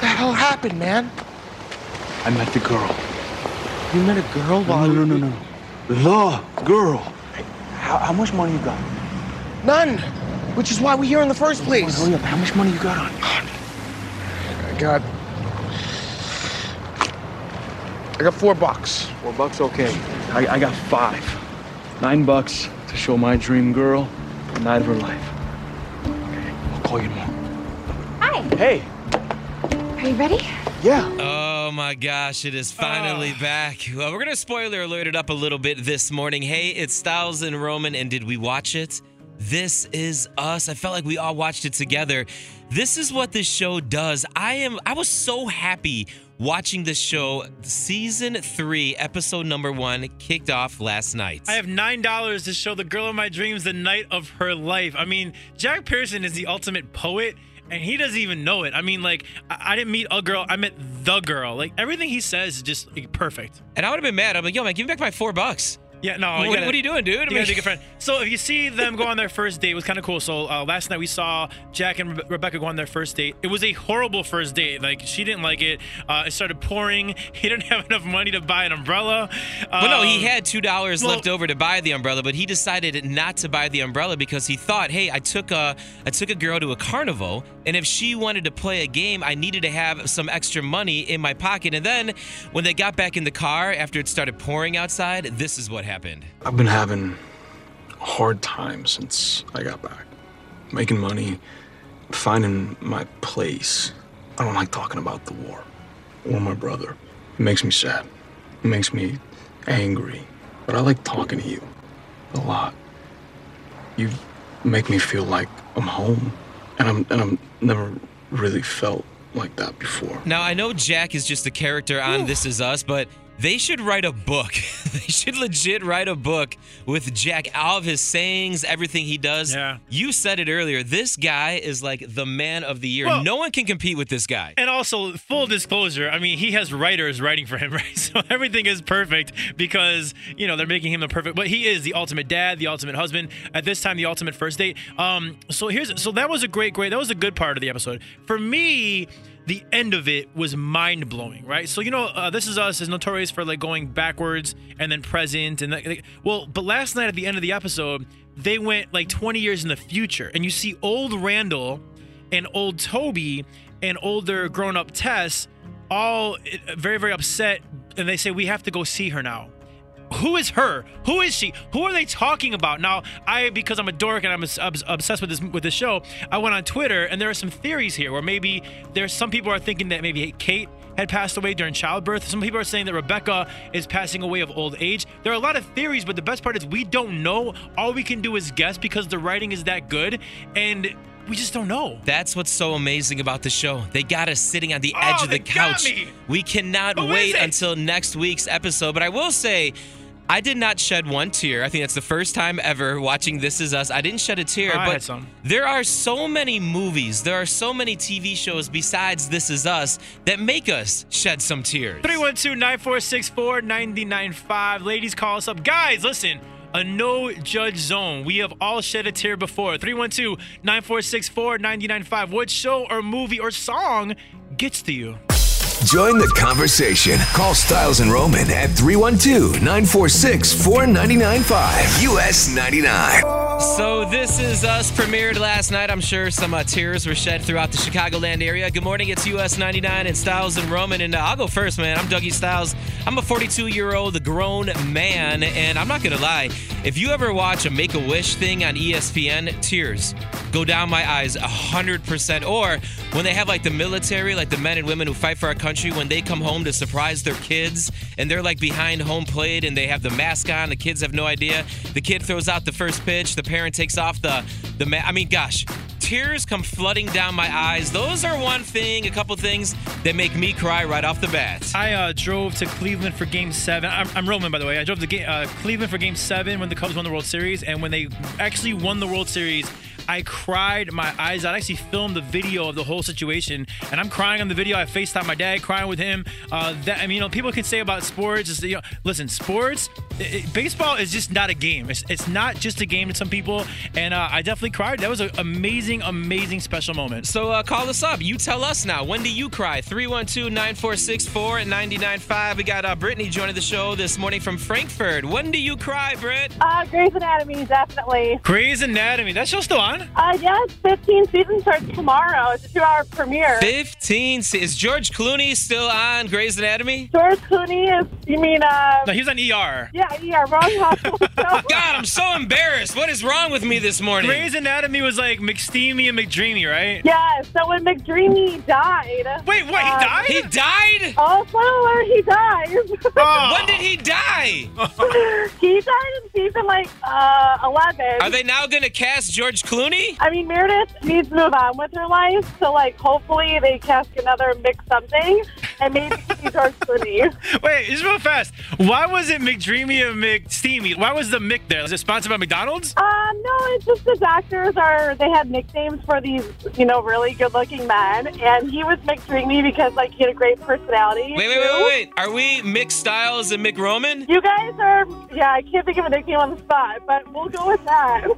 the hell happened, man? I met the girl. You met a girl while no, no, no, no. The girl. How, how much money you got? none, which is why we're here in the first place. Hurry up. How much money you got on? I got, I got four bucks. Four bucks, okay. I, I got five. Nine bucks to show my dream girl the night of her life. I'll call you tomorrow. Hi. Hey. Are you ready? Yeah. Oh my gosh, it is finally Ah. back. Well, we're going to spoiler alert it up a little bit this morning. Hey, it's Styles and Roman, and did we watch it? This is us. I felt like we all watched it together. This is what this show does. I am I was so happy watching this show. Season 3, episode number 1 kicked off last night. I have nine dollars to show the girl of my dreams the night of her life. I mean, Jack Pearson is the ultimate poet, and he doesn't even know it. I mean, like, I, I didn't meet a girl; I met the girl. Like everything he says is just like, perfect. and I would have been mad. I'm like, "Yo, man, give me back my 4 bucks." Yeah, no. What- you gotta- what are you doing, dude? I You mean- gotta be a good friend. So if you see them go on their first date, it was kind of cool. So uh, last night we saw Jack and Rebe- Rebecca go on their first date. It was a horrible first date. Like she didn't like it. Uh, it started pouring. He didn't have enough money to buy an umbrella. Well, no, he Um, had two dollars well- left over to buy the umbrella, but he decided not to buy the umbrella because he thought, "Hey, I took a I took a girl to a carnival, and if she wanted to play a game, I needed to have some extra money in my pocket." And then, when they got back in the car after it started pouring outside, this is what happened. I've been having a hard time since I got back. Making money, finding my place. I don't like talking about the war or my brother. It makes me sad. It makes me angry. But I like talking to you a lot. You make me feel like I'm home. And I'm and I'm never really felt like that before. Now, I know Jack is just a character on This Is Us, but they should write a book. they should legit write a book with Jack, all of his sayings, everything he does. Yeah. You said it earlier. This guy is like the man of the year. Well- no one can compete with this guy. And also, full disclosure, I mean, he has writers writing for him, right? So everything is perfect because, you know, they're making him the perfect, but he is the ultimate dad, the ultimate husband, at this time, the ultimate first date. Um, so here's, so that was a great, great, that was a good part of the episode. For me, the end of it was mind blowing, right? So, you know, uh, This Is Us is notorious for like going backwards and then present. And like, well, but last night at the end of the episode, they went like 20 years in the future and you see old Randall and old Toby and older grown up Tess all eh, very, very upset. And they say, We have to go see her now. Who is her? Who is she? Who are they talking about? Now, I because I'm a dork and I'm obs- obs- obsessed with this with this show, I went on Twitter and there are some theories here where maybe there's some people are thinking that maybe Kate had passed away during childbirth. Some people are saying that Rebecca is passing away of old age. There are a lot of theories, but the best part is we don't know. All we can do is guess because the writing is that good and we just don't know. That's what's so amazing about the show. They got us sitting on the Oh, edge of the they got couch. me. We cannot Who wait is it? until next week's episode. But I will say, I did not shed one tear. I think that's the first time ever watching This Is Us. I didn't shed a tear. I but had some. There are so many movies, there are so many TV shows besides This Is Us that make us shed some tears. 312 9464 995. Ladies, call us up. Guys, listen, a no judge zone. We have all shed a tear before. 312 9464 995. What show or movie or song gets to you? Join the conversation. Call Styles and Roman at 312 946 4995. US 99. So this is us premiered last night. I'm sure some uh, tears were shed throughout the Chicagoland area. Good morning, it's US 99 and Styles and Roman. And uh, I'll go first, man. I'm Dougie Styles. I'm a 42 year old grown man, and I'm not gonna lie. If you ever watch a Make a Wish thing on E ESPN, tears go down my eyes 100%. Or when they have like the military, like the men and women who fight for our country, when they come home to surprise their kids and they're like behind home plate and they have the mask on, the kids have no idea. The kid throws out the first pitch, the parent takes off the the ma- I mean, gosh, tears come flooding down my eyes. Those are one thing, a couple things that make me cry right off the bat. I uh, drove to Cleveland for Game Seven. I'm, I'm Roman, by the way. I drove to ga- uh, Cleveland for Game Seven when the Cubs won the World Series, and when they actually won the World Series, I cried my eyes out. I actually filmed the video of the whole situation, and I'm crying on the video. I FaceTime my dad, crying with him. Uh, that I mean, you know, people can say about sports. Is, you know, listen, sports, it, it- baseball is just not a game. It's, it's not just a game to some people, and uh, I definitely cried. That was an amazing, amazing special moment. So uh, call us up. You tell us now. When do you cry? 312 946 4995. We got uh, Brittany joining the show this morning from Frankfurt. When do you cry, Britt? Uh, Grey's Anatomy, definitely. Grey's Anatomy. That show's still on. Uh, yes, 15 season starts tomorrow. It's a two-hour premiere. 15. se- Is George Clooney still on Grey's Anatomy? George Clooney is, you mean, uh, No, he was on ER. yeah, yeah, wrong hospital. God, I'm so embarrassed. What is wrong with me this morning? Grey's Anatomy was like McSteamy and McDreamy, right? yeah, so when McDreamy died. Wait, what? He uh, died? He died? Oh, spoiler, he dies. Oh. When did he die? he died in season, like, uh, 11. Are they now going to cast George Clooney? I mean, Meredith needs to move on with her life, so, like, hopefully they cast another Mick something, and maybe it could be George Clooney. Wait, just real fast. Why was it McDreamy and McSteamy? Why was the Mick there? Is it sponsored by McDonald's? Um, no, it's just the doctors are they had nicknames for these, you know, really good looking men and he was McDreamy because like he had a great personality. Wait, wait, wait, wait, wait. Are we Mick Styles and Mick Roman? You guys are yeah, I can't think of a nickname on the spot, but we'll go with that.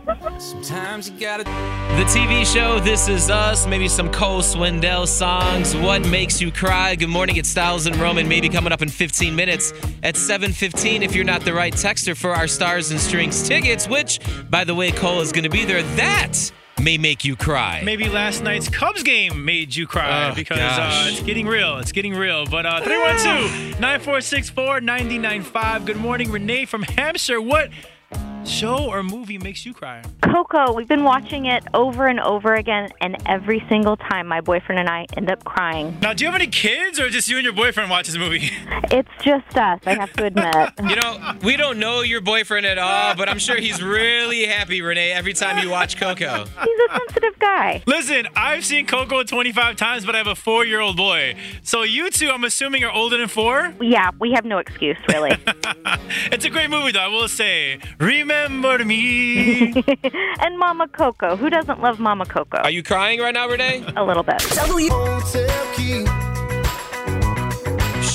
The TV show This Is Us, maybe some Cole Swindell songs, What Makes You Cry, Good Morning, it's Styles and Roman, maybe coming up in 15 minutes at 7.15 if you're not the right texter for our Stars and Strings tickets, which, by the way, Cole is going to be there. That may make you cry. Maybe last night's Cubs game made you cry Oh, because uh, gosh. it's getting real. It's getting real. But uh, 312 9464 9095. Good morning, Renee from Hampshire. What show or movie makes you cry? Coco, we've been watching it over and over again, and every single time my boyfriend and I end up crying. Now, do you have any kids or just you and your boyfriend watch this movie? It's just us, I have to admit. You know, we don't know your boyfriend at all, but I'm sure he's really happy, Renee, every time you watch Coco. He's a sensitive guy. Listen, I've seen Coco 25 times, but I have a four year old boy. So you two, I'm assuming, are older than four? Yeah, we have no excuse, really. It's a great movie, though, I will say. Remember me. and Mama Coco, who doesn't love Mama Coco? Are you crying right now, Renee? a little bit.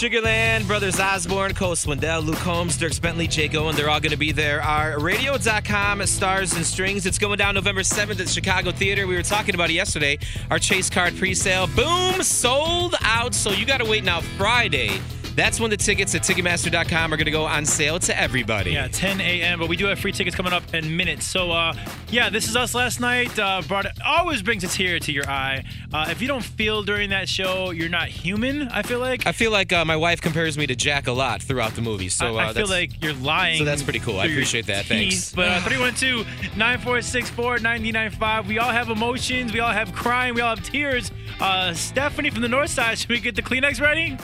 Sugarland, Brothers Osborne, Cole Swindell, Luke Holmes, Dirk Bentley, Jake Owen, they're all going to be there. Our radio.com stars and strings. It's going down November 7th at Chicago Theater. We were talking about it yesterday. Our Chase Card presale, boom, sold out. So you got to wait now Friday. That's when the tickets at Ticketmaster.com are going to go on sale to everybody. yeah, 10 a.m., but we do have free tickets coming up in minutes. So, uh, yeah, this is us last night. Uh, brought, always brings a tear to your eye. Uh, if you don't feel during that show, you're not human, I feel like. I feel like uh, my wife compares me to Jack a lot throughout the movie. So uh, I, I feel that's- like you're lying. So that's pretty cool. I through your appreciate that. Thanks. teeth. But uh, 312 9464 995. We all have emotions. We all have crying. We all have tears. Uh, Stephanie from the North Side, should we get the Kleenex ready?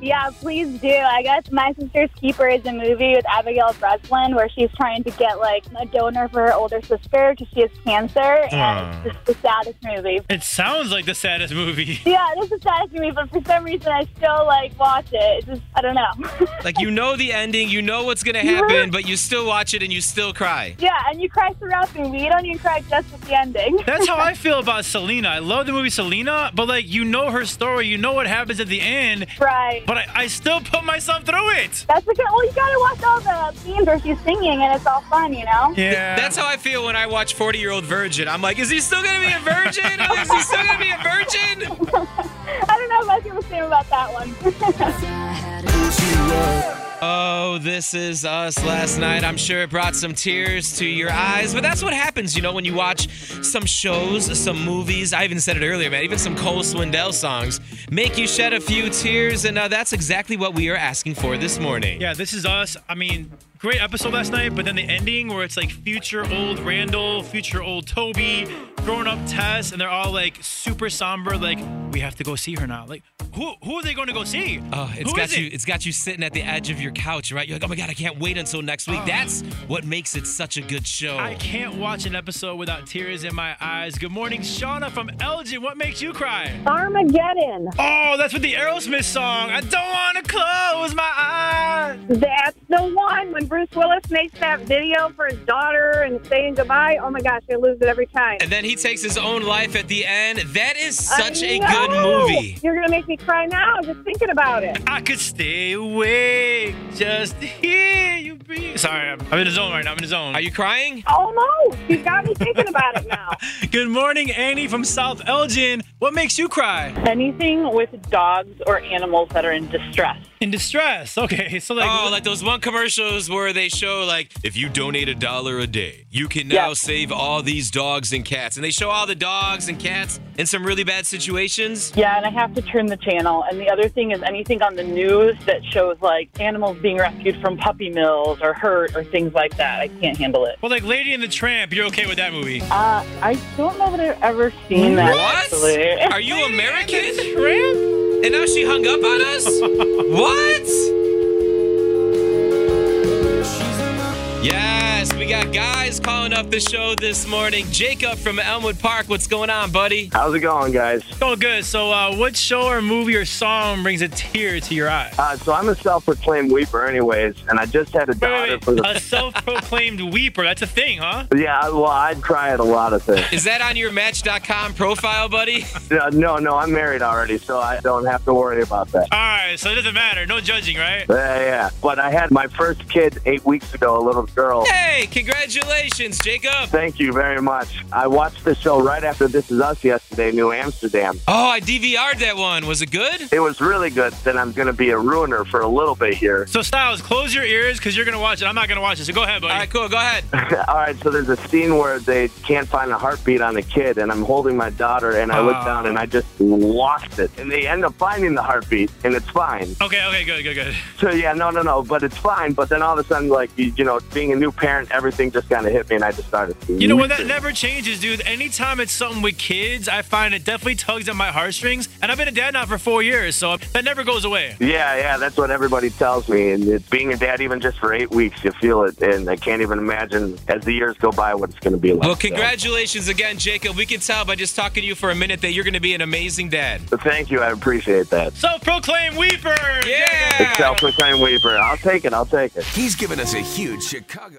yeah, please do. I guess My Sister's Keeper is a movie with Abigail Breslin where she's trying to get like a donor for her older sister because she has cancer and it's just the saddest movie. It sounds like the saddest movie. Yeah, this is sad to me, but for some reason I still like watch it. It's just I don't know. Like you know the ending, you know what's gonna happen, but you still watch it and you still cry. yeah, and you cry throughout the movie. You don't even cry just at the ending. That's how I feel about Selena. I love the movie Selena, but like you know her story, you know what happens at the end, right. but I, I still put myself through it. That's because well, you gotta watch all the scenes where she's singing, and it's all fun, you know. Yeah. That's how I feel when I watch 40 Year Old Virgin. I'm like, is he still gonna be a virgin? Is he still gonna be a virgin? I don't know if I feel the same about that one. Oh, this is us last night. I'm sure it brought some tears to your eyes, but that's what happens, you know, when you watch some shows, some movies. I even said it earlier, man, even some Cole Swindell songs make you shed a few tears, and uh, that's exactly what we are asking for this morning. Yeah, this is us. I mean, great episode last night, but then the ending where it's like future old Randall, future old Toby, grown up Tess, and they're all like super somber. Like we have to go see her now. Like who who are they going to go see? Oh, it's Who got is you. It? has got you sitting at the edge of your couch, right? You're like, oh my god, I can't wait until next week. That's what makes it such a good show. I can't watch an episode without tears in my eyes. Good morning, Shauna from Elgin. What makes you cry? Armageddon. Oh, that's with the Aerosmith song. I don't want to close my eyes. That's the one when Bruce Willis makes that video for his daughter and saying goodbye. Oh my gosh, I lose it every time. and then he takes his own life at the end. That is such I a know. good movie. You're gonna make me cry now just thinking about it. I could stay awake just to hear you breathe. Sorry, I'm, I'm in the zone right now. I'm in the zone. Are you crying? Almost. You got me thinking about it now. Good morning, Annie from South Elgin. What makes you cry? Anything with dogs or animals that are in distress. In distress. Okay, so like, Oh, like those one commercials where they show like if you donate a dollar a day, you can now Yeah. save all these dogs and cats. And they show all the dogs and cats in some really bad situations. Yeah, and I have to turn the channel. And the other thing is anything on the news that shows like animals being rescued from puppy mills or hurt or things like that. I can't handle it. well, like Lady and the Tramp. You're okay with that movie? Uh, I don't know that I've ever seen that. What? Actually. Are you American? And now she hung up on us? what? Yes, we got guys calling up the show this morning. Jacob from Elmwood Park, what's going on, buddy? How's it going, guys? Oh, good. So, uh, what show or movie or song brings a tear to your eye? Uh, so I'm a self-proclaimed weeper, anyways, and I just had a Wait, daughter wait, for wait. the. A self-proclaimed weeper. That's a thing, huh? Yeah, I- well, I'd cry at a lot of things. Is that on your Match.com profile, buddy? Uh, no, no, I'm married already, so I don't have to worry about that. All right. So it doesn't matter. No judging, right? Yeah, yeah. But I had my first kid eight weeks ago, a little girl. Hey, congratulations, Jacob. Thank you very much. I watched the show right after This Is Us yesterday, New Amsterdam. Oh, I DVR'd that one. Was it good? It was really good. Then I'm going to be a ruiner for a little bit here. So, Styles, close your ears because you're gonna watch it. I'm not gonna watch it. So go ahead, buddy. All right, cool. Go ahead. All right, so there's a scene where they can't find a heartbeat on the kid, and I'm holding my daughter, and I Ah. look down and I just lost it. And they end up finding the heartbeat, and it's fine. Okay. Okay. Good. Good. Good. So yeah, no, no, no, but it's fine. But then all of a sudden, like you, you know, being a new parent, everything just kind of hit me, and I just started. You know what? That never changes, dude. Anytime it's something with kids, I find it definitely tugs at my heartstrings. And I've been a dad now for four years, so that never goes away. Yeah, yeah, that's what everybody tells me. And it, being a dad, even just for eight weeks, you feel it, and I can't even imagine as the years go by what it's going to be like. Well, So, congratulations again, Jacob. We can tell by just talking to you for a minute that you're going to be an amazing dad. But thank you, I appreciate that. Self-proclaimed weeper. It's Yeah. self-proclaimed weeper. I'll take it. I'll take it. He's given us a huge Chicago.